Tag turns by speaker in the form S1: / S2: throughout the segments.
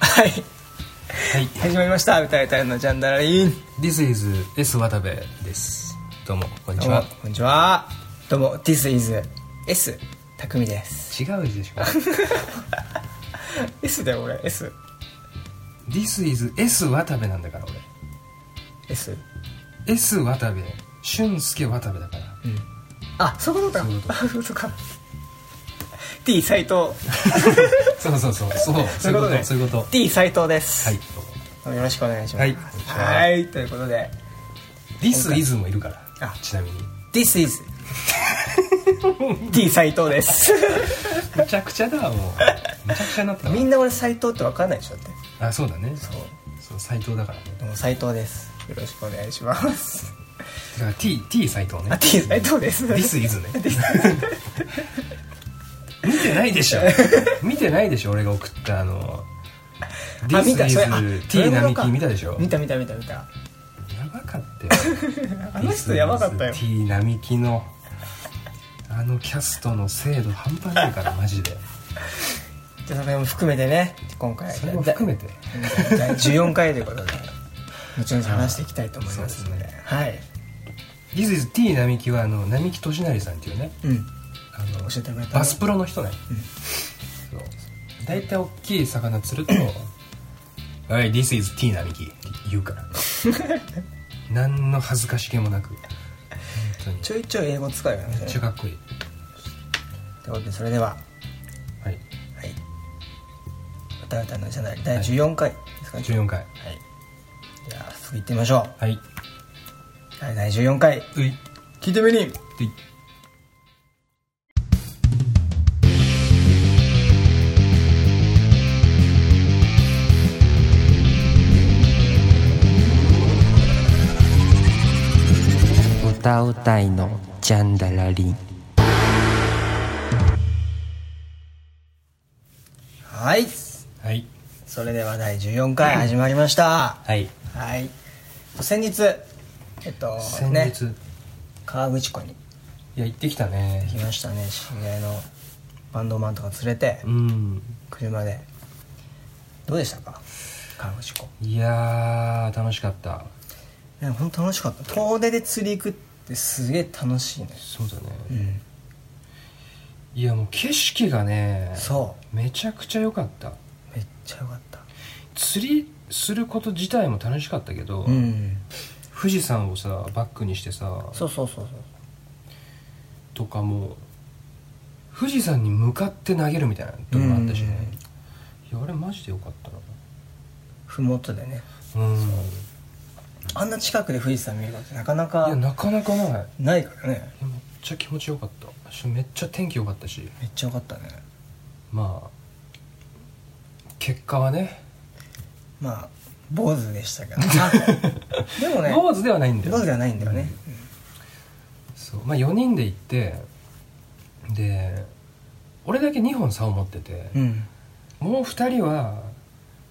S1: はい
S2: はい
S1: 始まりました歌いたいのジャンダラリン
S2: This is S 渡部ですどうもこんに
S1: ど
S2: ち
S1: うも
S2: は
S1: こんにちはどうも This is S たくみです
S2: 違うでしょ
S1: S だよ俺 SSS
S2: This is S 渡部なんだから俺 S 渡部俊介渡部だから
S1: あそういうことか
S2: そういうこと
S1: そうか T 斎藤
S2: そうそうそうそう そういうこと
S1: ね
S2: そういうこと
S1: T 斎藤です
S2: はい
S1: よろしくお願いします
S2: はい
S1: はいということで
S2: This is もいるから
S1: あ
S2: ちなみに
S1: This is T 斎藤です
S2: むちゃくちゃだ わもうむちゃくちゃになったわ
S1: みんな俺斎藤って分かんないでしょだって
S2: あそうだねそ
S1: そう
S2: う斎藤だからね
S1: でも斎藤ですよろしくお願いし ます
S2: だから T, T 斎藤ね
S1: あ T 斎藤です
S2: This is ね見てないで しょ見てないでしょ俺が送ったあの
S1: あ
S2: This
S1: 見た
S2: is
S1: それあそ
S2: T
S1: れもの
S2: 並
S1: か
S2: 木見たでしょ
S1: 見た見た見た見た
S2: やばかったよ
S1: あの人やばかったよ
S2: This is T 並木のあのキャストの精度半端ないからマジで
S1: じゃあそれも含めてね今回
S2: それも含めて
S1: だ第14回ということで後々話していきたいと思いますので
S2: そうですね
S1: はい、
S2: This is T 並木はあの並木俊成さんっていうね
S1: うん、
S2: あの
S1: 教えてくれた
S2: バスプロの人ね、そう大体大きい魚釣ると「おい This is T 並木」って言う から何の恥ずかしげもなく本当に
S1: ちょいちょい英語使うよね
S2: めっちゃかっこいい、
S1: ということでそれでは
S2: はい、
S1: はい歌うたのじゃない第14回ですか、はい、
S2: 14回
S1: じゃあ早速行ってみましょう
S2: はいう
S1: 第第14回
S2: いうい
S1: 聞いてみに
S3: 歌うたいのジャンダラリン
S1: はい
S2: はい
S1: それでは第14回始まりました、
S2: はい
S1: はい先日えっと
S2: 先
S1: ね
S2: 日、
S1: 河口湖に
S2: いや行ってきた
S1: 来
S2: ね
S1: ましたね知り合いのバンドマンとか連れて
S2: うん
S1: 車でどうでしたか河口湖
S2: いやー楽しかった
S1: ね本当楽しかった遠出で釣り行くってすげえ楽しいね
S2: そうだね、
S1: うん
S2: いやもう景色がね
S1: そ
S2: めちゃくちゃ良かった
S1: うめっちゃよかった
S2: 釣りすること自体も楽しかったけど、
S1: うん
S2: 富士山をさバックにしてさ
S1: そうそうそうそう
S2: とかも富士山に向かって投げるみたいなとこもあったしねいやあれマジでよかった
S1: 麓でね
S2: なうんい
S1: あんな近くで富士山見ることなかな
S2: や
S1: か
S2: なかなかないいや
S1: ないからね
S2: めっちゃ気持ちよかったしめっちゃ天気良かったし
S1: めっちゃよかったね
S2: まあ結果はね
S1: まあ坊主でしたけ どでもね
S2: 坊主ではないんだよ
S1: 坊主じゃないんだよね、
S2: そうまあ4人で行ってで俺だけ2本竿持ってて、
S1: うん、
S2: もう2人は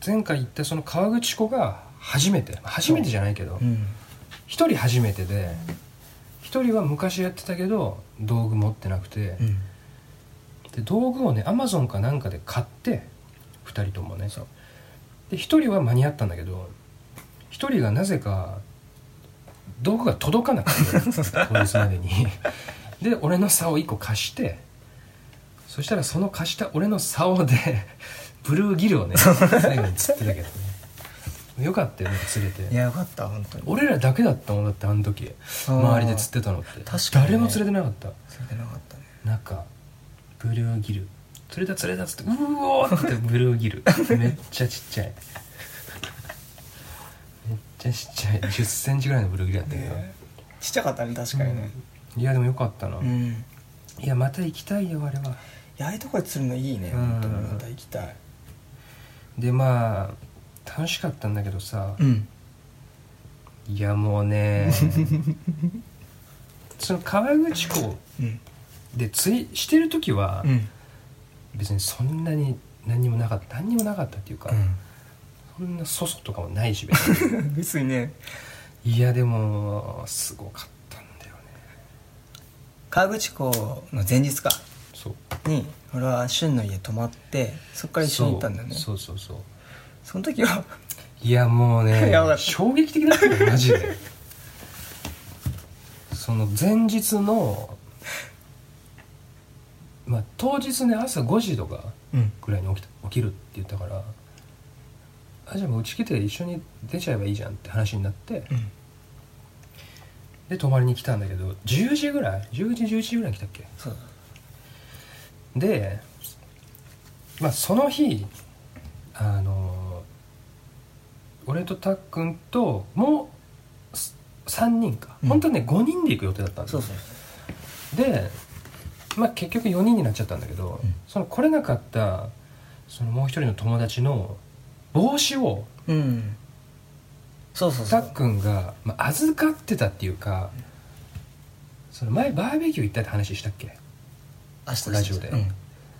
S2: 前回言ったその河口湖が初めて初めてじゃないけど
S1: う
S2: 1
S1: ん、
S2: 人初めてで1人は昔やってたけど道具持ってなくて、
S1: うん、
S2: で道具をねアマゾンかなんかで買って2人ともね
S1: そう
S2: で1人は間に合ったんだけど1人がなぜか道具が届かな くて当日までにで俺の竿を1個貸してそしたらその貸した俺の竿でブルーギルをね最後に釣ってたけどねよかったよね釣れ
S1: い
S2: て
S1: やよかった本当に
S2: 俺らだけだったもんだってあの時周りで釣ってたのって
S1: 確かにね
S2: 誰も釣れてなかった
S1: それでなかったね
S2: なんかブルーギル釣れた釣れたっつってうおーってブルー ギルめっちゃちっちゃいめっちゃちっちゃい1 0ンチぐらいのブルーギルやったけど、
S1: ちっちゃかったね確かにね
S2: いやでもよかったな、
S1: うん、
S2: い
S1: い
S2: やまた行きたいよあれは
S1: やああいうとこで釣るのいいね
S2: うん
S1: 本当にまた行きたい
S2: でまあ楽しかったんだけどさ、
S1: ん
S2: いやもう ねその河口湖
S1: うん
S2: で釣りしてる時は
S1: うん
S2: 別にそんなに何にもなかった何にもなかったっていうか、そんな粗相とかもないし別に
S1: 別にね
S2: いやでもすごかったんだよね
S1: 河口湖の前日か
S2: そう
S1: に俺は旬の家泊まってそっから一緒に行ったんだよね
S2: そうそうそう
S1: その時は
S2: いやもう ね
S1: やばかった
S2: 衝撃的だったよマジ でその前日のまあ当日ね朝5時とか
S1: うん
S2: ぐらいに起きた起きるって言ったからあじゃあもううち来て一緒に出ちゃえばいいじゃんって話になって
S1: うん
S2: で泊まりに来たんだけど10時ぐらい10時11時ぐらいに来たっけ
S1: そうだ
S2: で、まあ、その日あの俺とたっくんともうす3人か、
S1: うん
S2: 本当はね5人で行く予定だったんです
S1: そ
S2: よ
S1: うそう
S2: で、まあ、結局4人になっちゃったんだけど、
S1: うん
S2: その来れなかったそのもう一人の友達の帽子を
S1: うんそうそうそ
S2: た
S1: う
S2: っくんが、まあ、預かってたっていうかその前バーベキュー行ったって話したっけ
S1: 明日
S2: ラジオで
S1: うん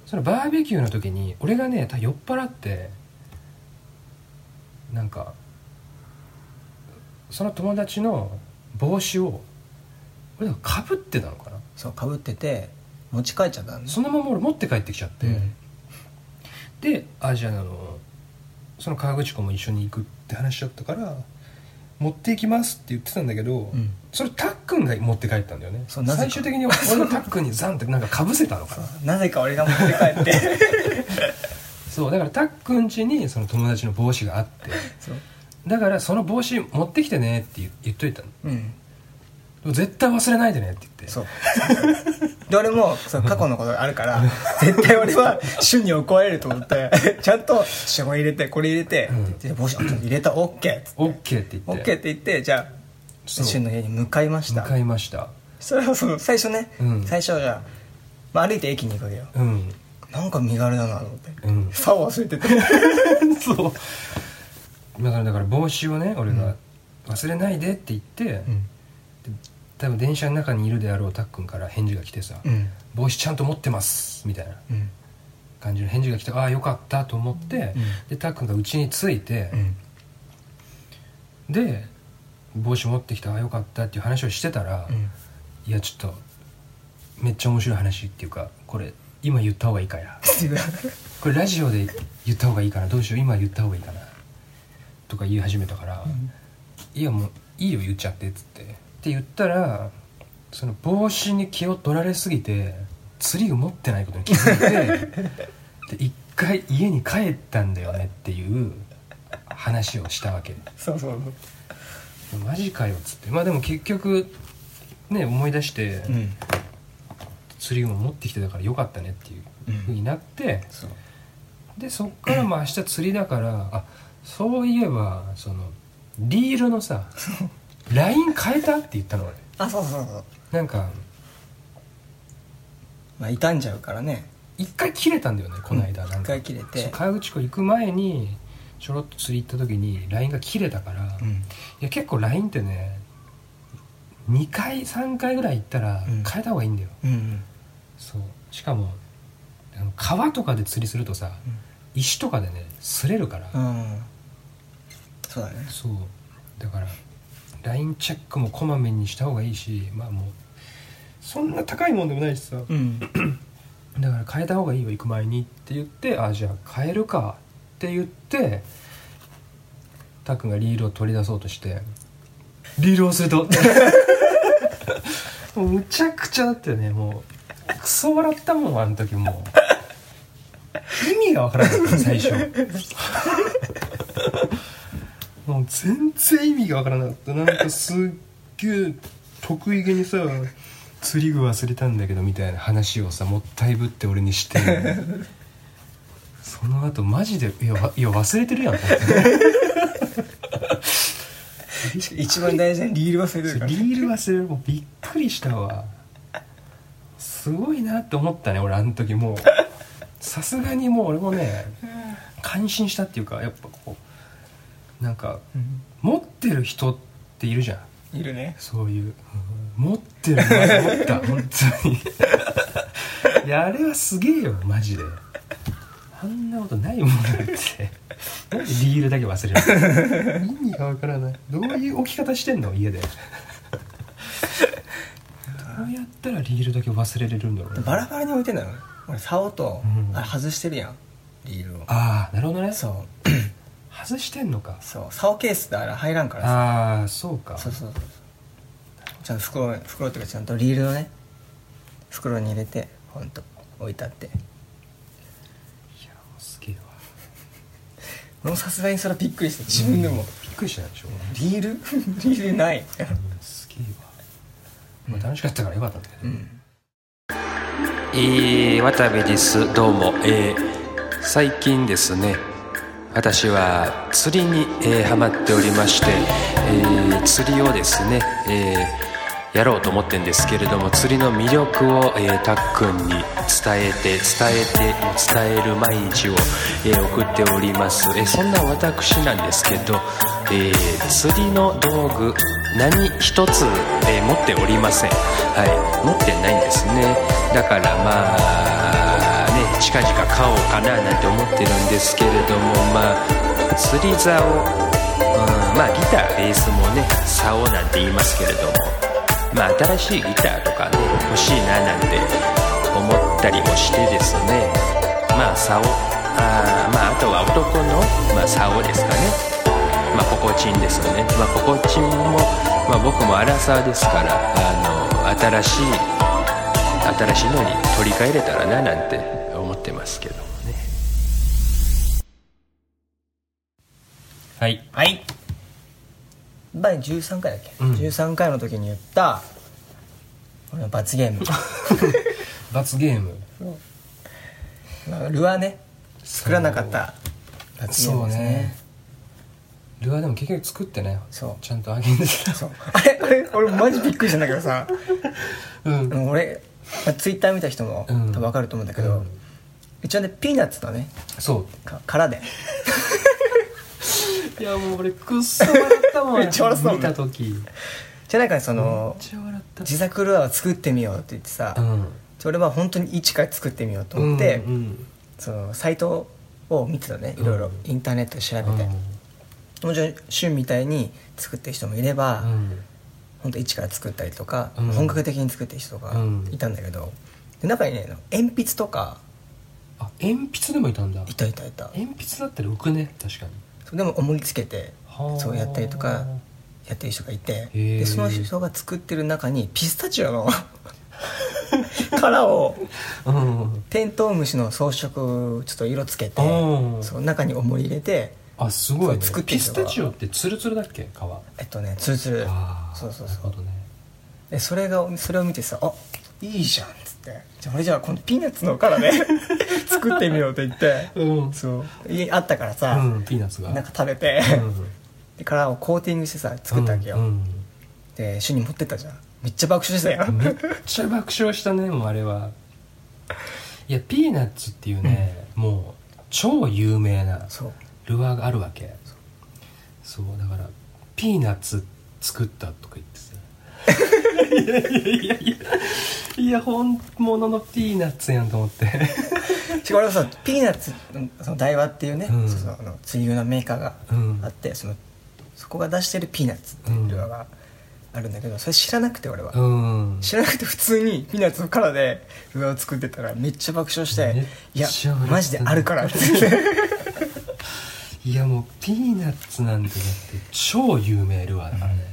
S2: そのバーベキューの時に俺がねた酔っ払ってなんかその友達の帽子を俺なんかぶってたのかな、
S1: そうかぶってて持ち帰っちゃったんで
S2: そのまま俺持って帰ってきちゃって、
S1: うん
S2: であじゃああのその河口湖も一緒に行くって話だったから持っていきますって言ってたんだけど、
S1: うん
S2: それたっくんが持って帰ったんだよね
S1: そうなぜ
S2: 最
S1: か
S2: 終的に俺がたっくんにザンってなんかかぶせたのかな
S1: なぜか俺が持って帰って
S2: そうだからたっくん家にその友達の帽子があって
S1: そう
S2: だからその帽子持ってきてねって言言っといたの
S1: うん
S2: でも絶対忘れないでねって言って
S1: そうで俺もその過去のことがあるから絶対俺は旬に怒られると思ってちゃんと「旬を入れてこれ入れて」
S2: うん
S1: って言って帽子あ入れた OK」って
S2: オッケーって言っ
S1: OK ってて言ってじゃ
S2: そ
S1: あ
S2: う
S1: 旬の家に向かいました
S2: 向かいました
S1: それはその最初ね、
S2: うん
S1: 最初はじゃあ、まあ、歩いて駅に行くわけよ
S2: うん
S1: なんか身軽だなと思って
S2: うん
S1: ファを忘れてて
S2: そうだからだから帽子をね俺が忘れないでって言って、
S1: うん
S2: 多分電車の中にいるであろうたっくんから返事が来てさ、
S1: うん
S2: 帽子ちゃんと持ってますみたいな
S1: うん
S2: 感じの返事が来てああよかったと思って、
S1: うん
S2: でたっくんがうちに着いて
S1: う、ん
S2: で帽子持ってきたああよかったっていう話をしてたら、
S1: うん
S2: いやちょっとめっちゃ面白い話っていうかこれ今言った方がいいかなこれラジオで言った方がいいかなどうしよう今言った方がいいかなとか言い始めたから、いやもういいよ言っちゃってっつってって言ったらその帽子に気を取られすぎて釣り具持ってないことに気 づいてで一回家に帰ったんだよねっていう話をしたわけ
S1: そうそう
S2: マジかよっつってまあでも結局ね思い出して、
S1: そううん
S2: 釣り具も持ってきてたからよかったねっていう風になって、
S1: そう
S2: でそっからまあ明日釣りだからあそういえばそのリールの さライン変えたって言ったの俺
S1: あそうそうそう
S2: なんか
S1: まあ傷んじゃうからね
S2: 一回切れたんだよねこの間、なん
S1: 一
S2: か
S1: 回切れ
S2: そう
S1: て
S2: 河口湖行く前にちょろっと釣り行った時にラインが切れたから、
S1: う
S2: い
S1: ん
S2: や結構ラインってね2回3回ぐらい行ったら
S1: うん
S2: 変えた方がいいんだよ、
S1: うん
S2: そうしかもあの川とかで釣りするとさ、
S1: うん
S2: 石とかでね擦れるから、
S1: うんそうだね
S2: そうだからラインチェックもこまめにした方がいいしまあもうそんな高いもんでもないしさ、
S1: うん
S2: だから変えた方がいいよ行く前にって言ってあじゃあ変えるかって言ってたっくんがリールを取り出そうとしてリール忘れたもうむちゃくちゃだったよねもうクソ笑ったもんあの時もう意味がわからなかった最初もう全然意味がわからなかったなんかすっげえ得意げにさ釣り具忘れたんだけどみたいな話をさもったいぶって俺にしてその後マジでいやわいや忘れてるやんと思って
S1: 一番大事なリール忘れてるから
S2: リール忘れるもうびっくりしたわすごいなって思ったね俺あの時もうさすがにもう俺もね感心したっていうかやっぱこうなんか持ってる人っているじゃん
S1: いるね
S2: そういう、持ってるな 持った本当にいやあれはすげえよマジであんなことないもんだってなんでリールだけ忘れるの意味がわからないどういう置き方してんの家でどうやったらリールだけ忘れれるんだろうな
S1: バラバラに置いてんだよ俺竿と
S2: うん
S1: あれ外してるやんリールを
S2: ああなるほどね
S1: そう
S2: 外してんのか
S1: そう竿ケースだから入らんからさ
S2: ああそうか
S1: そうそうそうちゃんと袋袋っていうかちゃんとリールのね袋に入れてほんと置いてあって
S2: いやもうすげえわ
S1: 俺もさすがにそれはびっくりして自分でも、
S2: びっくりしたでしょ
S1: リール リールない
S2: うんすげえわ、まあ、楽しかったからよかったんだけど、
S1: うん
S3: えー、渡部ですどうも、えー、最近ですね私は釣りに、えー、ハマっておりまして、えー、釣りをですね、えーやろうと思ってんですけれども釣りの魅力を、えー、たっくんに伝えて伝えて伝える毎日を、えー送っております、えーそんな私なんですけど、えー釣りの道具何一つ、えー持っておりませんはい持ってないんですねだからまあね近々買おうかななんて思ってるんですけれどもまあ釣り竿、うん、まあギターベースもね竿なんて言いますけれどもまあ新しいギターとかね欲しいななんて思ったりもしてですねまあ竿あーまああとは男の、まあ、竿ですかねまあ、ポコチンですよね、まあ、ポコチンも、まあ、僕もアラサーですからあの新しい新しいのに取り替えれたらななんて思ってますけどもね
S2: はい
S1: はい第13回だっけ、
S2: うん
S1: 13回の時に言った俺の罰ゲ ーム
S2: 罰ゲーム
S1: まあルアーね作らなかった罰ゲームですね
S2: ルアーでも結局作ってね
S1: そう
S2: ちゃんとあ げんでた
S1: そう あれあれ俺マジびっくりしたんだけど さ
S2: うん
S1: うん俺、まあ、ツイッター見た人も多
S2: うん
S1: 分分かると思うんだけど、
S2: うん
S1: 一応ねピーナッツのね
S2: そ
S1: か殻で
S2: ういやもう俺くっそ笑ったもん
S1: めっちゃ笑ったもん
S2: 見た時めっ
S1: じゃあなんかその
S2: ちゃ笑った
S1: 自作ルアーを作ってみようって言ってさ、
S2: うん
S1: 俺は本当に一から作ってみようと思って、
S2: うんうん
S1: そのサイトを見てたねいろいろ
S2: うん
S1: インターネットで調べ
S2: うん
S1: て、もちろん旬みたいに作ってる人もいれば、
S2: うん
S1: 本当一から作ったりとか、
S2: うん
S1: 本格的に作ってる人とか
S2: うん
S1: いたんだけど、で中にね鉛筆とか
S2: あ鉛筆でもいたんだ
S1: いたいたいた
S2: 鉛筆だったら浮くね確かに
S1: そうでも思いつけて
S2: はあ
S1: そうやったりとかやってる人がいて
S2: へえ
S1: でその人が作ってる中にピスタチオの 殻を
S2: うん
S1: テントウムシの装飾をちょっと色つけて
S2: うん
S1: そう中に重り入れて
S2: あすごい、ね
S1: そう、作って
S2: ピ
S1: る人
S2: ス
S1: が
S2: タチオってツルツルだっけ皮
S1: えっとねツルツル
S2: あー
S1: そうそうそう
S2: なるほどね
S1: でそれがそれを見てさ「あいいじゃん」っつって「じゃあ俺じゃあこのピーナッツの殻 で作ってみよう」って言って
S2: うん
S1: そう家にあったからさ
S2: うんピーナッツが
S1: なんか食べて
S2: うん
S1: で殻をコーティングしてさ作ったわけ
S2: うん
S1: よで主に持ってったじゃんめっちゃ爆笑してたよ
S2: うんめっちゃ爆笑したねもうあれはいやピーナッツっていうね、もう超有名な
S1: そう
S2: ルアーがあるわけそうだからピーナッツ作ったとか言ってさいやいやいやいやいや本物のピーナッツやんと思って
S1: しかも俺はさピーナッツのその台湾っていうね、
S2: うん
S1: そうそうあの水牛のメーカーが
S2: うん
S1: あって、そのそこが出してるピーナッツっていうルアーがあるんだけどそれ知らなくて俺は、
S2: うん
S1: 知らなくて普通にピーナッツの殻でルアーを作ってたらめっちゃ爆笑して
S2: めっ
S1: 「い
S2: ちゃ
S1: や
S2: 笑った
S1: マジであるから」 って言って
S2: いやもうピーナッツなんてだって超有名ルアーだからね、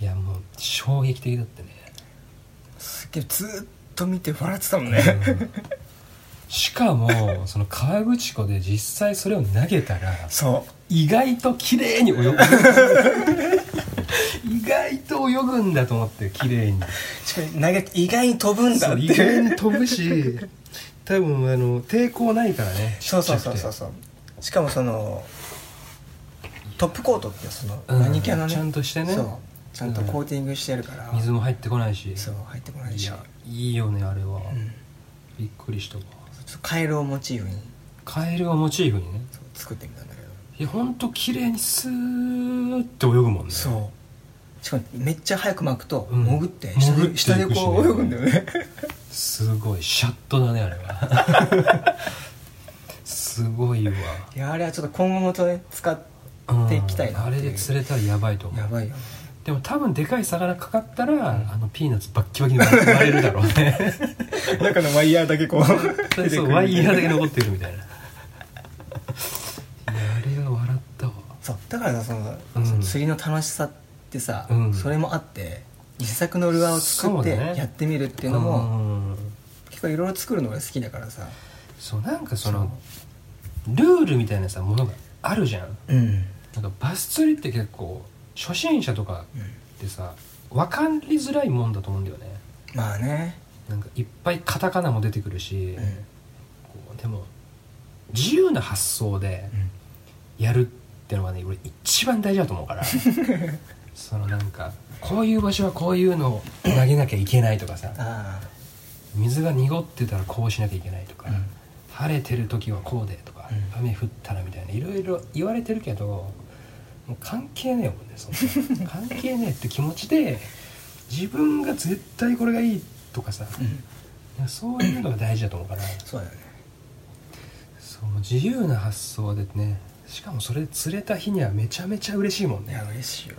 S2: いやもう衝撃的だったね
S1: すっげえずーっと見て笑ってたもんね、
S2: しかもその河口湖で実際それを投げたら
S1: そう
S2: 意外と綺麗に泳ぐ意外と泳ぐんだと思って綺麗に
S1: しかも投げ意外に飛ぶんだ
S2: そ
S1: っ
S2: う
S1: て
S2: 意
S1: いう
S2: 外に飛ぶ し多分あの抵抗ないからね
S1: そうそうそうそう
S2: ちっち
S1: そうしかもそのトップコートっていうその
S2: うん
S1: 何系のね
S2: ちゃんとしてね
S1: そうちゃんとコーティングしてるから、
S2: ゃくて水も入ってこないし
S1: そう入ってこない
S2: い
S1: し
S2: やいいよねあれは、
S1: うん
S2: びっくりしたわ
S1: ちょっとカエルをモチーフに
S2: カエルをモチーフにね
S1: そう作ってみたんだけど
S2: いやほんと綺麗にスーって泳ぐもんね
S1: うしかもめっちゃ早く巻くと
S2: うん
S1: 潜って
S2: 潜
S1: 下
S2: ってい
S1: で
S2: くし
S1: 下でこう泳ぐんだよね
S2: すごいシャットだねあれは すごいわ
S1: いやあれはちょっと今後もとね使っ
S2: うん
S1: ていきたいな
S2: あ
S1: ってい
S2: れ
S1: う
S2: で釣れたらやばいと思
S1: や
S2: う
S1: ばいよね
S2: でも多分でかい魚かかったら、あのピーナッツバッキバキに割れるだろう ね
S1: 中のワイヤーだけこう出てく
S2: そう
S1: る
S2: ワイヤーだけ残ってるみたいないやあれ
S1: だからさその、
S2: うん
S1: その釣りの楽しさってさ、
S2: うん
S1: それもあって自作のルアーを作っ
S2: そ
S1: て
S2: うだね
S1: やってみるって
S2: う
S1: いうのも
S2: ん
S1: 結構いろいろ作るのが好きだからさ
S2: そうなんかそのルールみたいなさものがあるじゃん
S1: うん
S2: なんかバス釣りって結構初心者とかってさ分かりづらいもんだと思うんだよね
S1: まあね
S2: なんかいっぱいカタカナも出てくるし、
S1: うん
S2: こうでも自由な発想でやるってのがね俺一番大事だと思 うからそのなんかこういう場所はこういうのを投げなきゃいけないとかさ
S1: あ
S2: 水が濁ってたらこうしなきゃいけないとか、
S1: うん
S2: 晴れてる時はこうでとか、
S1: うん
S2: 雨降ったらみたいないろいろ言われてるけどもう関係ねえもんねそん な関係ねえって気持ちで自分が絶対これがいいとかさ、
S1: あうん
S2: そういうのが大事だと思うから
S1: そうだよね
S2: そう自由な発想でねしかもそれ釣れた日にはめちゃめちゃ嬉しいもん
S1: い
S2: ね
S1: や嬉しいよ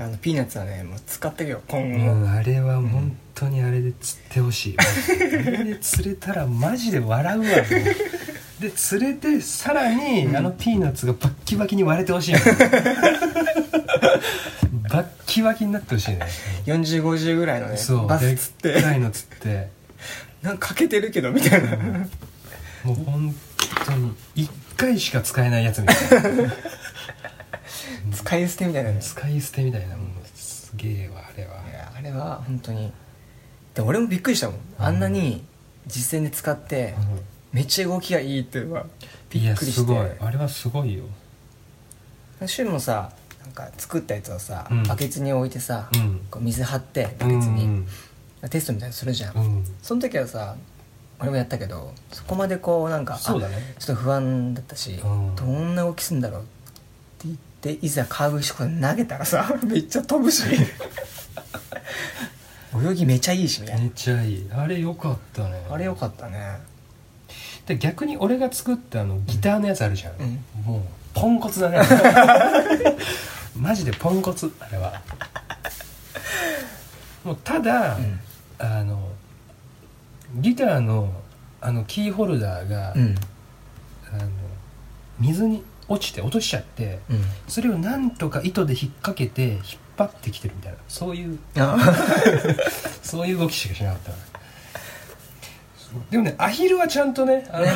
S1: あのピーナッツはねもう使ってるよ今後も、
S2: もうあれは本当にあれで釣ってほしい、あれで釣れたらマジで笑うわもうで釣れてさらにあのピーナッツがバッキバキに割れてほしいもんバッキバキになってほしいね
S1: 4050ぐらいのね
S2: そう
S1: バスつっ
S2: でっか
S1: て
S2: いの釣って
S1: なんか欠けてるけどみたいな
S2: もう本当に1回しか使えないやつみたいな
S1: 使い捨てみたいなね
S2: 使い捨てみたいなもうすげえわあれはい
S1: やあれは本当にで俺もびっくりしたもんあんなに実践で使って
S2: うん
S1: めっちゃ動きがいいっていうのはび
S2: い
S1: っ
S2: や
S1: くり
S2: す
S1: し
S2: ごい
S1: て
S2: あれはすごいよ
S1: シュルもさなんか作ったやつをさ、
S2: うん
S1: バケツに置いてさ、
S2: うん
S1: こう水張ってバケツに、
S2: うん
S1: テストみたいにするじゃん、
S2: うん
S1: その時はさ俺もやったけどそこまでこうなんかあ
S2: そうだね
S1: ちょっと不安だったし、
S2: うん
S1: どんな動きするんだろうって言っていざカーブしてこれ投げたらさ めっちゃ飛 ぶし泳ぎめちゃいいしみたいな、
S2: めっちゃいいあれよかったね
S1: あれよかったね
S2: で逆に俺が作ったあのギターのやつあるじゃん、
S1: うん
S2: もうポンコ ツだねマジでポンコツあれはもうただ、
S1: ん
S2: あのギターのあのキーホルダーが、
S1: うん
S2: あの水に落ちて落としちゃって、
S1: うん
S2: それをなんとか糸で引っ掛けて引っ張ってきてるみたいなそういう
S1: あ
S2: そういう動きしかしなかったなでもねアヒルはちゃんとねあの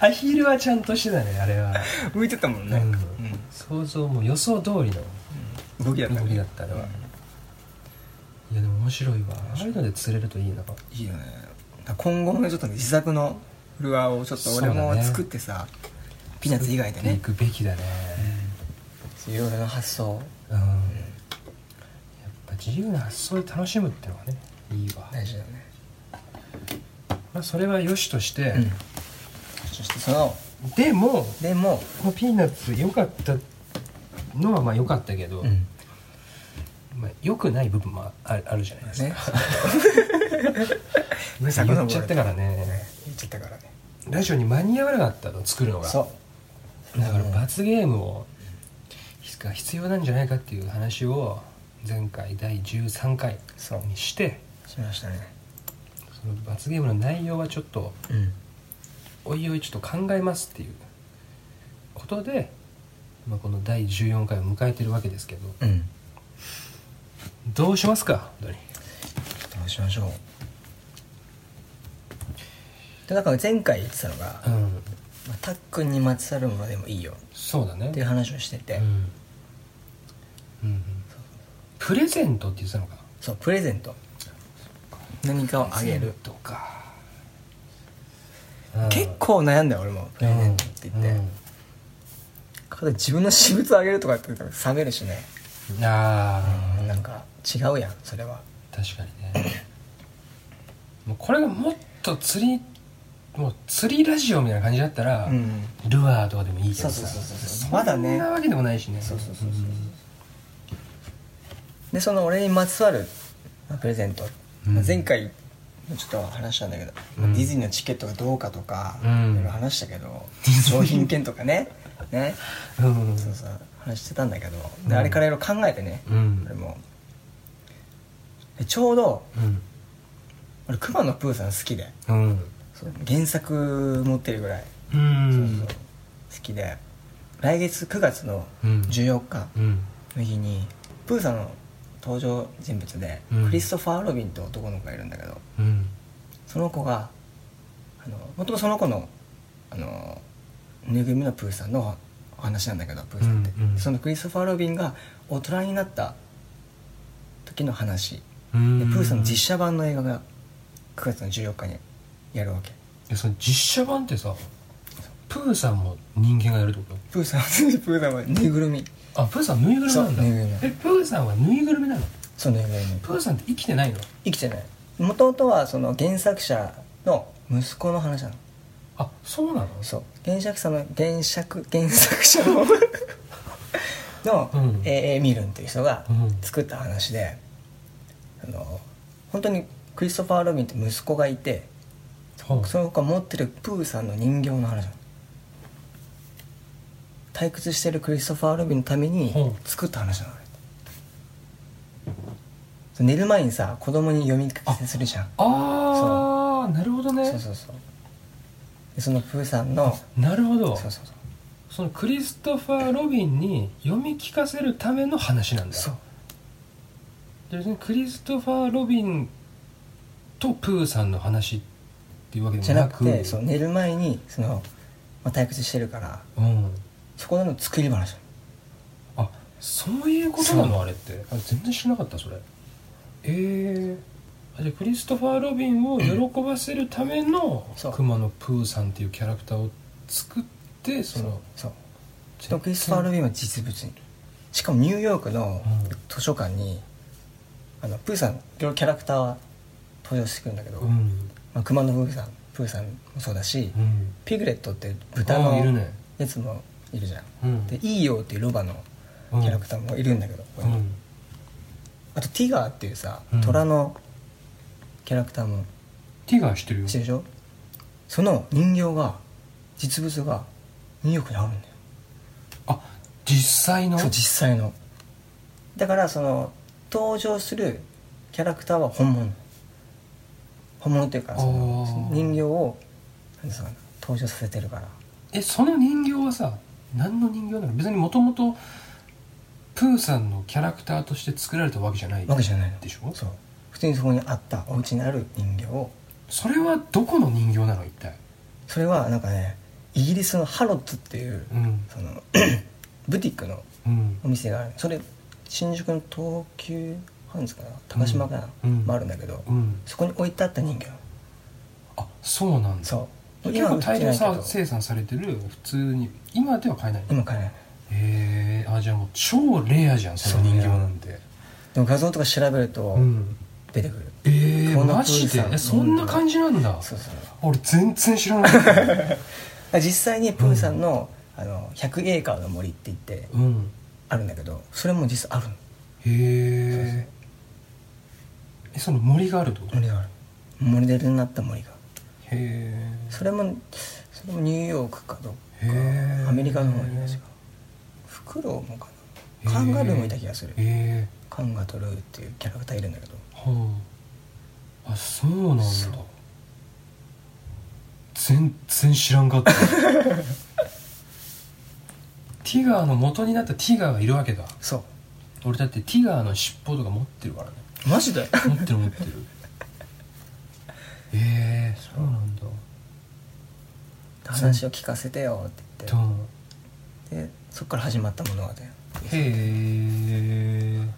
S2: アヒルはちゃんとしてたねあれは、
S1: 向いてたもんね、
S2: うん
S1: うん
S2: 想像も予想通りの
S1: 動きだった
S2: 動
S1: ね
S2: きだったあれは、いやでも面白いわああいうので釣れるといいな、
S1: いいよねだから今後もねちょっとね自作のルアーをちょっと俺
S2: そうだ
S1: も
S2: ね
S1: 作ってさ、ピーナッツ以外で
S2: 行
S1: ね
S2: くべきだね、
S1: いろいろな発想
S2: うんやっぱ自由な発想で楽しむってのがねいいわ、
S1: 大事だよね、
S2: まあ、それは良しとして、
S1: そしてその
S2: でも
S1: でも、
S2: もうピーナッツ良かったのはまあ良かったけど、まあ、良くない部分もああるじゃないですか、
S1: ね
S2: 言っちゃったからね
S1: 言っちゃったからね
S2: ラジオに間に合わなかったの作るのが
S1: そう
S2: だから罰ゲームをが必要なんじゃないかっていう話を前回第13回
S1: そう
S2: にして
S1: しましたね
S2: その罰ゲームの内容はちょっと
S1: うん
S2: おいおいちょっと考えますっていうことで、まあ、この第14回を迎えてるわけですけど
S1: うん
S2: どうしますか本当に
S1: どうしましょうでなんか前回言ってたのが、ま
S2: うん
S1: あ、たっくんにまつわるものでもいいよ
S2: そうだね
S1: っていう話をしてて、
S2: うんうんうんプレゼントって言ってたのか
S1: そうプレゼント何かをあげる
S2: とか
S1: 結構悩んだよ俺もプレゼントって言って、かといって自分の私物をあげるとかって言ったら冷めるしね、
S2: うんああ
S1: なんか違うやんそれは
S2: 確かにねもうこれがもっと釣りもう釣りラジオみたいな感じだったら、
S1: うん
S2: ルアーとかでもいいけ
S1: そ
S2: ど
S1: う
S2: さ
S1: そうそうそう
S2: そん
S1: まだね
S2: なわけでもないしね
S1: そうそうそうそうでその俺にまつわるまあプレゼント、
S2: うん
S1: まあ前回もちょっと話したんだけど、
S2: うん
S1: ディズニーのチケットがどうかとか、
S2: うん
S1: いろいろ話したけど商品券とか ねね
S2: うんうん
S1: そうそう話してたんだけど、
S2: うん
S1: であれからいろいろ考えてね、
S2: うん
S1: 俺もでちょうど
S2: うん
S1: 俺熊野プーさん好きで
S2: うん
S1: そう原作持ってるぐらい、
S2: うん
S1: そうそう好きで来月9月の
S2: うん
S1: 14日
S2: うん
S1: の日に、プーさんの登場人物で、
S2: うん
S1: クリストファー・ロビンって男の子がいるんだけど
S2: うん
S1: その子があのもともとその子のあのぬいぐるみのプーさんのお話なんだけどプーさんって、
S2: うんうん
S1: そのクリストファー・ロビンが大人になった時の話で
S2: うん
S1: プーさんの実写版の映画が9月の14日にやるわけ
S2: えその実写版ってさプーさんも人間がやるってこ
S1: プーさんはプーさんはぬいぐるみ
S2: とあプーさんぬいぐるみなん
S1: そう
S2: だ
S1: ぬいぐるみ
S2: えプーさんはぬいぐるみなの
S1: そのぬいぐるみ
S2: プーさんって生きてないの
S1: 生きてないもともとはその原作者の息子の話なの
S2: あそうなの
S1: そう原作者の原作原作者のの、
S2: うん
S1: えーエミルンっていう人が
S2: うん
S1: 作った話で、あの本当にクリストファー・ロビンって息子がいて
S2: ほう
S1: その子が持ってるプーさんの人形の話なの退屈してるクリストファー・ロビンのために
S2: うん
S1: 作った話なのあれそう寝る前にさ子供に読み聞かせするじゃん
S2: ああなるほどね
S1: そうそうそうでそのプーさんの
S2: なるほど
S1: そうそうそう
S2: そのクリストファー・ロビンに読み聞かせるための話なんだ
S1: そう
S2: で別にクリストファー・ロビンとプーさんの話っていうわけで
S1: じゃ
S2: もな
S1: な
S2: く
S1: くてそう寝る前にその、まあ、退屈してるから
S2: うん、
S1: そこでの作り話
S2: あそういうことな
S1: そ
S2: のあれってあ全然知らなかったそれええじゃあクリストファー・ロビンを喜ばせるための
S1: そう
S2: 熊野プーさんっていうキャラクターを作ってその
S1: そうそのクリストファー・ロビンは実物にしかもニューヨークの
S2: うん
S1: 図書館に、あのプーさんいろいろキャラクターは登場してくるんだけど、
S2: う
S1: ま
S2: ん
S1: あ、熊野プーさんプーさんもそうだし、
S2: うん
S1: ピグレットっていう豚
S2: あーいる
S1: の
S2: ね
S1: やつもいるじゃん、
S2: うん
S1: でイーヨーっていうロバのキャラクターもいるんだけど、ここ
S2: う
S1: に
S2: ん
S1: あとティガーっていうさ
S2: うん
S1: 虎のキャラクターも
S2: ティガーしてるよ
S1: してるでしょその人形が実物がニューヨークにあるんだよ
S2: あ実際の
S1: そう実際のだからその登場するキャラクターは本物本物っていうかその
S2: あー
S1: その人形をなんですかね登場させてるから
S2: えその人形はさ何の人形なの別にもともとプーさんのキャラクターとして作られたわけじゃない
S1: わけじゃないの
S2: でしょ
S1: そう普通にそこにあったお家にある人形を
S2: それはどこの人形なの一体
S1: それはなんかねイギリスのハロッツっていう
S2: うん
S1: その ブティックの
S2: うん
S1: お店があるそれ新宿の東急ハンズかな高島かな、
S2: うん
S1: もあるんだけど、
S2: うん
S1: そこに置いてあった人形
S2: あそうなんだ
S1: そう
S2: 結構
S1: 売って
S2: 大量
S1: ないけど
S2: さ生産されてる普通に今では買えないへ
S1: 今買えない
S2: えあじゃあもう超レアじゃんその人形なんて
S1: でも画像とか調べると
S2: うん
S1: 出てくる、
S2: ええ
S1: この
S2: マジ
S1: プー
S2: で
S1: さん
S2: えそんな感じなんだ
S1: そうそうだか
S2: 俺全然知らなかっ た
S1: ら実際にプーさんの,、あの100エーカーの森って言って
S2: うん
S1: あるんだけどそれも実際あるの
S2: へええその森があるってことへ
S1: 森があるモデルになった森が
S2: え
S1: それもそれもニューヨークかどっ
S2: へえ
S1: かアメリカの方に確かフクロウもかなカンガルーもいた気がする
S2: へえ
S1: カンガとルーっていうキャラクターいるんだけど
S2: はああそうなんだ
S1: そう
S2: 全然知らんかった ティガーの元になったティガーがいるわけだ
S1: そ
S2: 俺だってティガーの尻尾とか持ってるからね
S1: うマ ジで
S2: 持ってる持ってるええそうなんだ
S1: 話を聞かせてよって言って
S2: どうも
S1: でそっから始まった物語
S2: へえ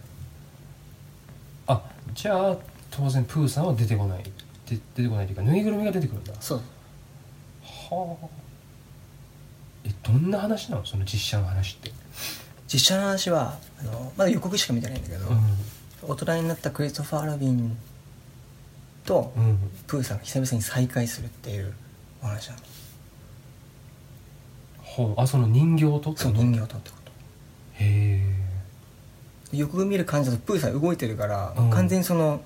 S2: あじゃあ当然プーさんは出てこないで出てこないというかぬいぐるみが出てくるんだ
S1: そう
S2: はあえどんな話なのその実写の話って
S1: 実写の話はあのまだ予告しか見てないんだけど、
S2: う
S1: 大人になったクリストファー・ロビンと
S2: んうん
S1: プーさんが久々に再会するっていうお話なの
S2: ほうあその人形と
S1: そう人形とってこと
S2: へえ
S1: でよく見る感じだとプーさん動いてるから、
S2: うん
S1: 完全にその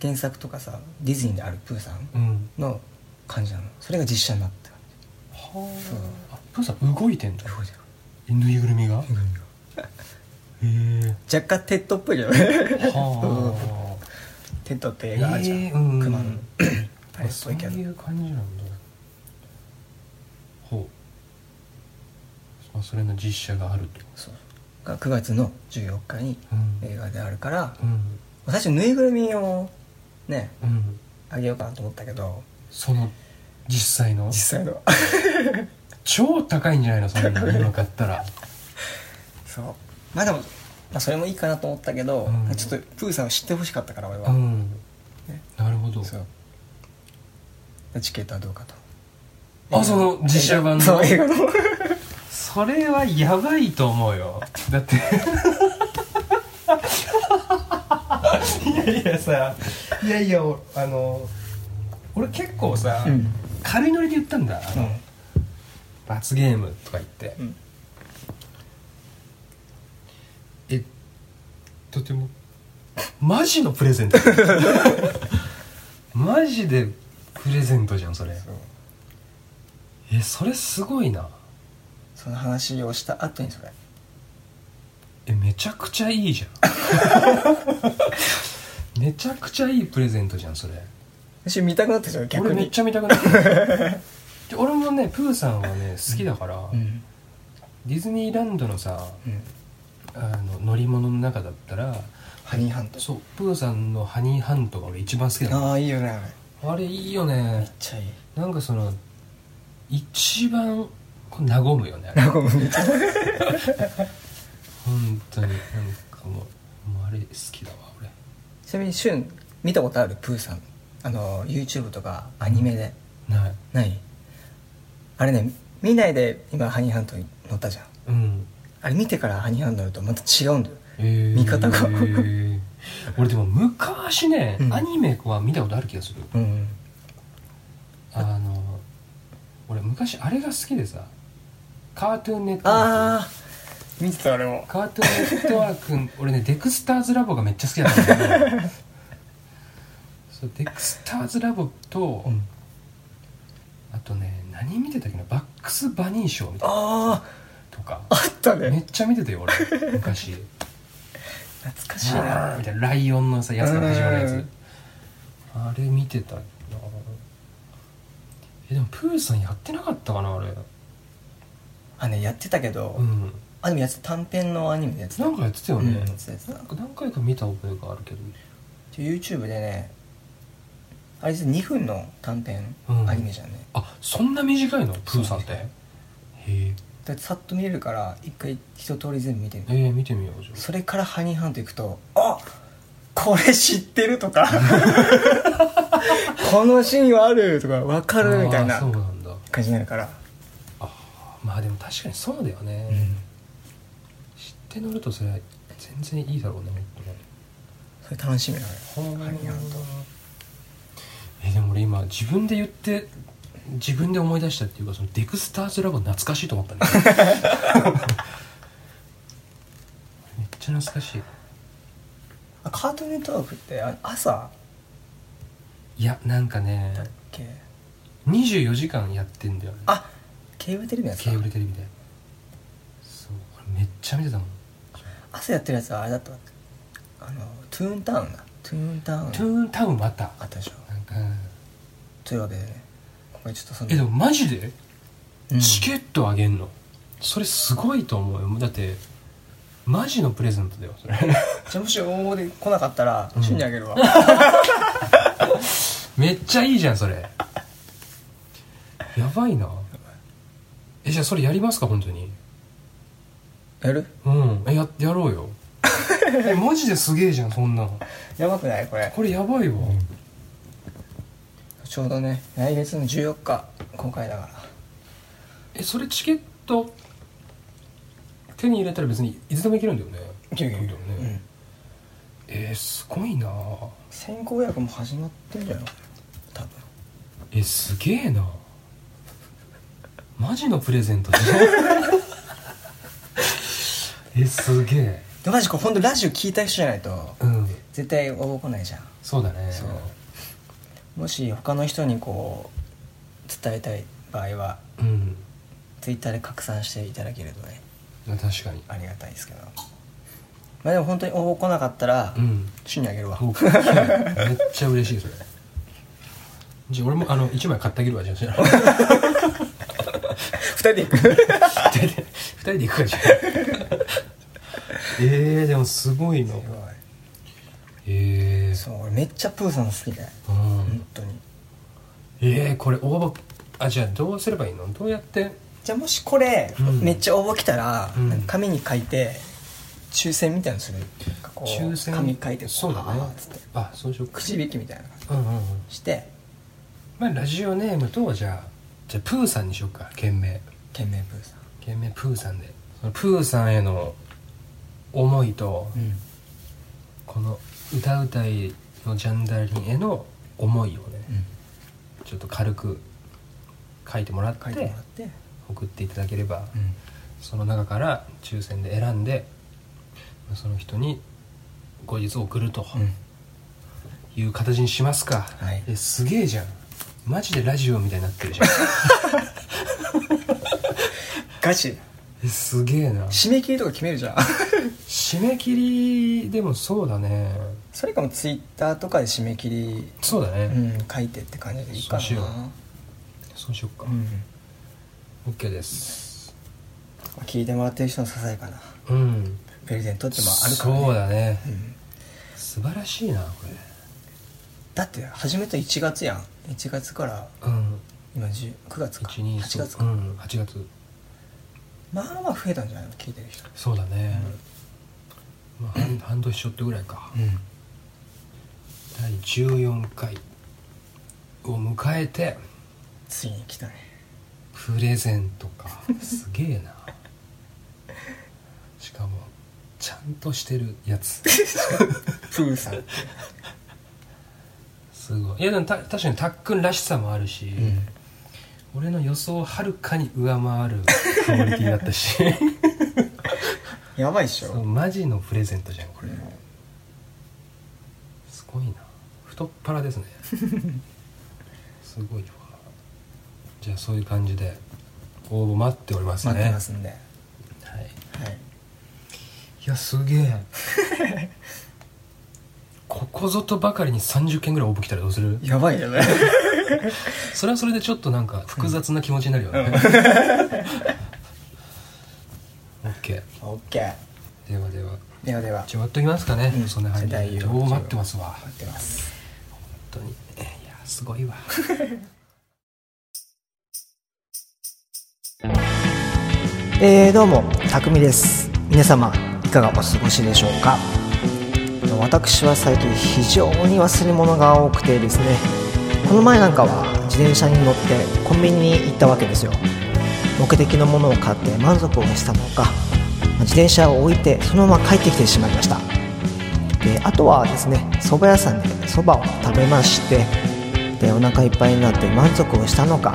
S1: 原作とかさディズニーであるプーさん
S2: うん
S1: の感じなのそれが実写になった
S2: はああプーさん動いてんだ
S1: 動いてる
S2: えぬいぐるみがへえ
S1: 若干テッドっぽいけどね
S2: は あ
S1: テッドって映画あるじゃん、
S2: えーうん
S1: 熊のあれっ
S2: そ
S1: ぽ
S2: う
S1: い
S2: い
S1: けど
S2: う感じなんだほうまあ、それの実写があると、
S1: そうが9月の14日に
S2: うん
S1: 映画であるから
S2: うん
S1: 最初ぬいぐるみをね
S2: うん、
S1: あげようかなと思ったけど
S2: その実際の
S1: 実際 の
S2: 超高いんじゃないのそんなの今買ったら
S1: そうまあでも、まあ、それもいいかなと思ったけど、
S2: うん
S1: ちょっとプーさんを知ってほしかったから俺は、
S2: うん
S1: ね
S2: なるほど
S1: そうでチケットはどうかと
S2: あその実写版の
S1: そう映画の
S2: それはやばいと思うよだっていやいやさいやいやおあの俺結構さ、
S1: うん
S2: 軽いノリで言ったんだあの、罰ゲームとか言って、
S1: うん
S2: えとてもマジのプレゼ ントマジでプレゼントじゃんそれ
S1: そう
S2: えそれすごいな
S1: その話をした後にそれ
S2: えめちゃくちゃいいじゃん めちゃくちゃいいプレゼントじゃんそれ
S1: 私見たくなったじゃん逆
S2: 俺めっ
S1: に
S2: ちゃ見たくなるで俺もねプーさんはね好きだから、
S1: うん
S2: ディズニーランドのさ
S1: うん
S2: あの乗り物の中だったら
S1: ハニーハント
S2: そうプーさんの「ハニーハント」が俺一番好きだから
S1: ああいいよねあれ
S2: あれいいよ
S1: めっ
S2: ね
S1: ちゃいい
S2: なんかその一番こう和 むよねあれ
S1: ラゴムみたいな
S2: 本当になんかもうもうあれ好きだわ俺
S1: ちなみにシュン見たことあるプーさんあの YouTube とかアニメで、
S2: ない
S1: ないあれね見ないで今ハニーハントに乗ったじゃん
S2: うん
S1: あれ見てからハニーハント乗るとまた違うんだよ
S2: えー
S1: 見方が
S2: 俺でも昔ね、
S1: うん
S2: アニメは見たことある気がする
S1: うん
S2: あの俺昔あれが好きでさカートゥーンネットワーク
S1: ああ見てた俺も
S2: カートゥーンネットワーク俺ねデクスターズラボがめっちゃ好きだったんだけどそうデクスターズラボと、
S1: うん
S2: あとね何見てたっけなバックス・バニー賞みたいな
S1: あ
S2: とか
S1: ああった
S2: めっ
S1: ね
S2: ちゃ見てたよ俺昔
S1: 懐かしいな
S2: みたいなライオンのさやつから始まるや
S1: う
S2: つ
S1: ん
S2: あれ見てたなえでもプーさんやってなかったかなあれ
S1: あねやってたけど、
S2: うん
S1: アニメやってた短編のアニメでやってた
S2: なんかやってたよね、
S1: うんやってたやってた
S2: なんか何回か見た覚えがあるけど
S1: で YouTube でねあれ2分の短編
S2: うん
S1: アニメじゃんね、
S2: あそんな短いのプーさんって
S1: そう
S2: へえ
S1: だってさっと見れるから一回一通り全部見てみて
S2: えー、見てみようじゃ
S1: それからハニーハント行くとあこれ知ってるとか このシーンはあるとか分
S2: あ
S1: かるみたい
S2: あ
S1: な
S2: ーそうなんだ
S1: 感じになるから、
S2: まあでも確かにそうだよね、知って乗るとそれ全然いいだろうね
S1: それ楽しみだね
S2: 本当ね
S1: ハニーハント
S2: えでも俺今自分で言って自分で思い出したっていうかそのデクスターズラボ懐かしいと思ったね めっちゃ懐かしい
S1: あカートゥーンネットワークってあ朝
S2: いやなんかね
S1: だっけ
S2: 24時間やってんだよね
S1: あケーブルテレビのやつ
S2: ケ
S1: だ
S2: ーブルテレビでそう俺めっちゃ見てたもん
S1: 朝やってるやつはあれだったわあのトゥーンタウンだトゥーンタウン
S2: トゥーンタウンまた
S1: あったでしょ
S2: なんかうん
S1: というわけでねこれちょっとその
S2: えでもマジで
S1: うん
S2: チケットあげんの、それすごいと思うよだってマジのプレゼントだよそれ
S1: じゃあもし応募で来なかったら
S2: ん
S1: 旬にあ げるわ、
S2: めっちゃいいじゃんそれやばいなえじゃあそれやりますか本当に
S1: やる
S2: うんえややろうよえマジですげえじゃんそんなの
S1: やばくないこれ
S2: これやばいわ、
S1: ちょうどね来月の14日公開だから
S2: えそれチケット手に入れたら別にいつでも行けるんだよね
S1: いけるいける
S2: だよね、えー、すごいな
S1: 先行予約も始まってんじゃん多分
S2: えすげえなマジのプレゼントじゃん えすげえ
S1: でマジこれほんとラジオ聞いた人じゃないと
S2: うん
S1: 絶対応募来ないじゃん
S2: そうだね
S1: そうもし他の人にこう伝えたい場合は
S2: うん
S1: ツイッターで拡散していただけるとね
S2: 確かに
S1: ありがたいですけどまあでも本当に応募来なかったら、
S2: うん
S1: 旬にあげるわ
S2: 僕めっちゃ嬉しいそれじゃあ俺もあの1枚買ってあげるわじゃあ
S1: 二人で行く
S2: 手で二人で行くかじゃんえー、でもすごいな
S1: すごい
S2: えー、
S1: そう俺めっちゃプーさん好きで
S2: うん
S1: 本当に
S2: えー、これ応募あじゃあどうすればいいのどうやって
S1: じゃあもしこれ、
S2: うん
S1: めっちゃ応募来たら、
S2: うん
S1: なんか紙に書いて抽選みたいなのするなんかこう
S2: 抽選
S1: 紙書いてこ
S2: そうだね
S1: あーっつって
S2: あそうしよう
S1: くじ引きみたいなの
S2: うんうんうん
S1: して
S2: まあラジオネームとじゃあじゃあプーさんにしようか件名
S1: 懸命プーさん
S2: 件名プーさんでそのプーさんへの思いと、
S1: うん
S2: この歌うたいのジャンダリンへの思いをね、ちょっと軽く書いてもらっ
S1: 書
S2: て
S1: いてもらって、
S2: 送っていただければ、
S1: うん
S2: その中から抽選で選んでその人に後日送るという形にしますか、
S1: はい
S2: えすげえじゃんマジでラジオみたいになってるじゃん
S1: ガチ
S2: えすげえな
S1: 締め切りとか決めるじゃん
S2: 締め切りでもそうだね
S1: それかもツイッターとかで締め切り、
S2: そうだね、
S1: うん、書いてって感じでいいかな
S2: そうしよそうしよっか、
S1: うん
S2: OK です
S1: まあ聞いてもらってる人のささやかな
S2: うん
S1: プレゼントってもあるから、ね、
S2: そうだね、
S1: ん
S2: 素晴らしいなこ
S1: だって始めた1月やん1月から
S2: れうん
S1: 今10 9月か
S2: 12
S1: 8月
S2: う
S1: か、
S2: ん8月
S1: まあまあ増えたんじゃないの聞いてる人
S2: そうだね、まあ、半半年ちょっとぐらいか、
S1: ん
S2: 第14回を迎えて
S1: ついに来たね
S2: プレゼントかすげ えなしかもちゃんとしてるやつ
S1: プーさん、
S2: すごいいやでもた確かにたっくんらしさもあるし、俺の予想をはるかに上回るクオリティだったし
S1: やばいっし
S2: そう
S1: ょ
S2: マジのプレゼントじゃんこれ、すごいな太っ腹 ですねすごいわじゃあそういう感じで応募待っておりますね
S1: 待ってますんで、は
S2: はい、
S1: い、
S2: いやすげえ ここぞとばかりに30件ぐらい応募来たらどうする
S1: やばい よね
S2: それはそれでちょっとなんか複雑な気持ちになるよ ね、OK
S1: オッケー
S2: ではでは
S1: ではでは
S2: じゃあ割っときますかね、
S1: うん
S2: そんな感じ
S1: じゃあ第
S2: で
S1: 四
S2: おお待ってますわ
S1: 待ってます
S2: 本当にえーいやすごいわ
S1: えー、どうもたくみです皆様いかがお過ごしでしょうか私は最近非常に忘れ物が多くてですねこの前なんかは自転車に乗ってコンビニに行ったわけですよ目的のものを買って満足をしたのか自転車を置いてそのまま帰ってきてしまいましたであとはですね蕎麦屋さんで蕎麦を食べましてでお腹いっぱいになって満足をしたのか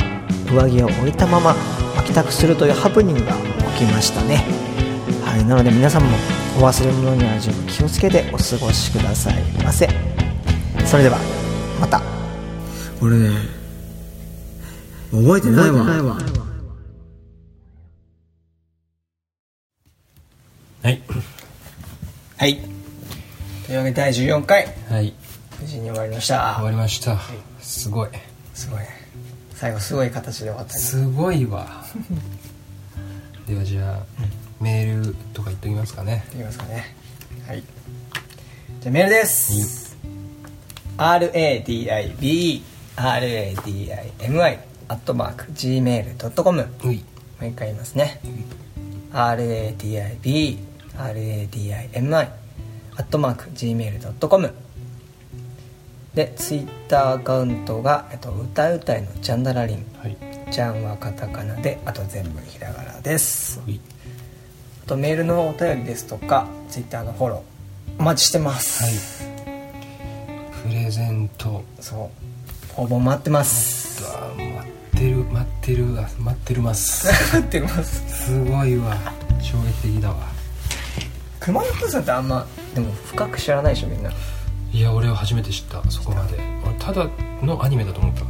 S1: 上着を置いたままま帰宅するというハプニングが起きましたねはいなので皆さんもお忘れ物には十分気をつけてお過ごしくださいませそれではまた
S4: 俺ね覚えてないわ
S2: はい
S1: はいというわけで第14回
S2: はい
S1: 無事に終わりまし
S2: 終わ
S1: た
S2: りましたすごい
S1: すごい最後すごい形で終わったね
S2: すごい わではじゃあ、メールとか言っときますかね
S1: いきますかねはいじゃあメールです、RADIBRADIMI アットマーク Gmail.com
S2: うい
S1: もう一回言いますね RADIBRADIMI アットマーク Gmail.com でツイッターアカウントが、えっと、歌うたいのジャンダラリン
S2: はい
S1: ジャンはカタカナであと全部ひらがなです
S2: うい
S1: あとメールのお便りですとかツイッターのフォローお待ちしてます、
S2: プレゼント
S1: そう応募待ってます
S2: うわ待ってる待ってるあ待ってるます
S1: 待ってます
S2: すごいわ衝撃的だわ
S1: 熊野プーさんってあんまでも深く知らないでしょみんない
S2: や俺は初めて知ったそこまで俺ただのアニメだと思った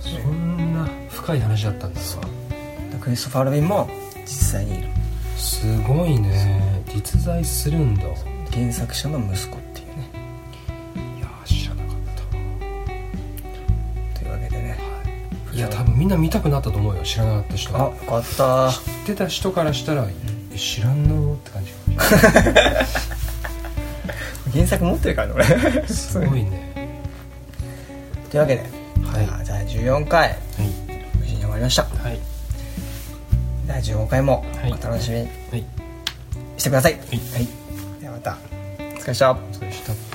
S2: そんな深い話だったんだな
S1: クリストファー・ルビンも実際にいる
S2: すごいね実在するんだい
S1: 原作者の息子っていうね
S2: や知らなかったわ
S1: というわけでね、
S2: いや多分みんな見たくなったと思うよ知らなかった人
S1: あよ
S2: は
S1: かった
S2: 知ってた人からしたらえ知らんのって 感じ
S1: 原作持ってるから ね俺
S2: すごいね
S1: というわけで、
S2: はい
S1: あ第14回
S2: はい
S1: 無事に終わりました
S2: はい
S1: 第15回も
S2: は
S1: お
S2: い
S1: 楽しみに
S2: はい
S1: してください、
S2: はい
S1: ではまたお疲れ様でした
S2: それした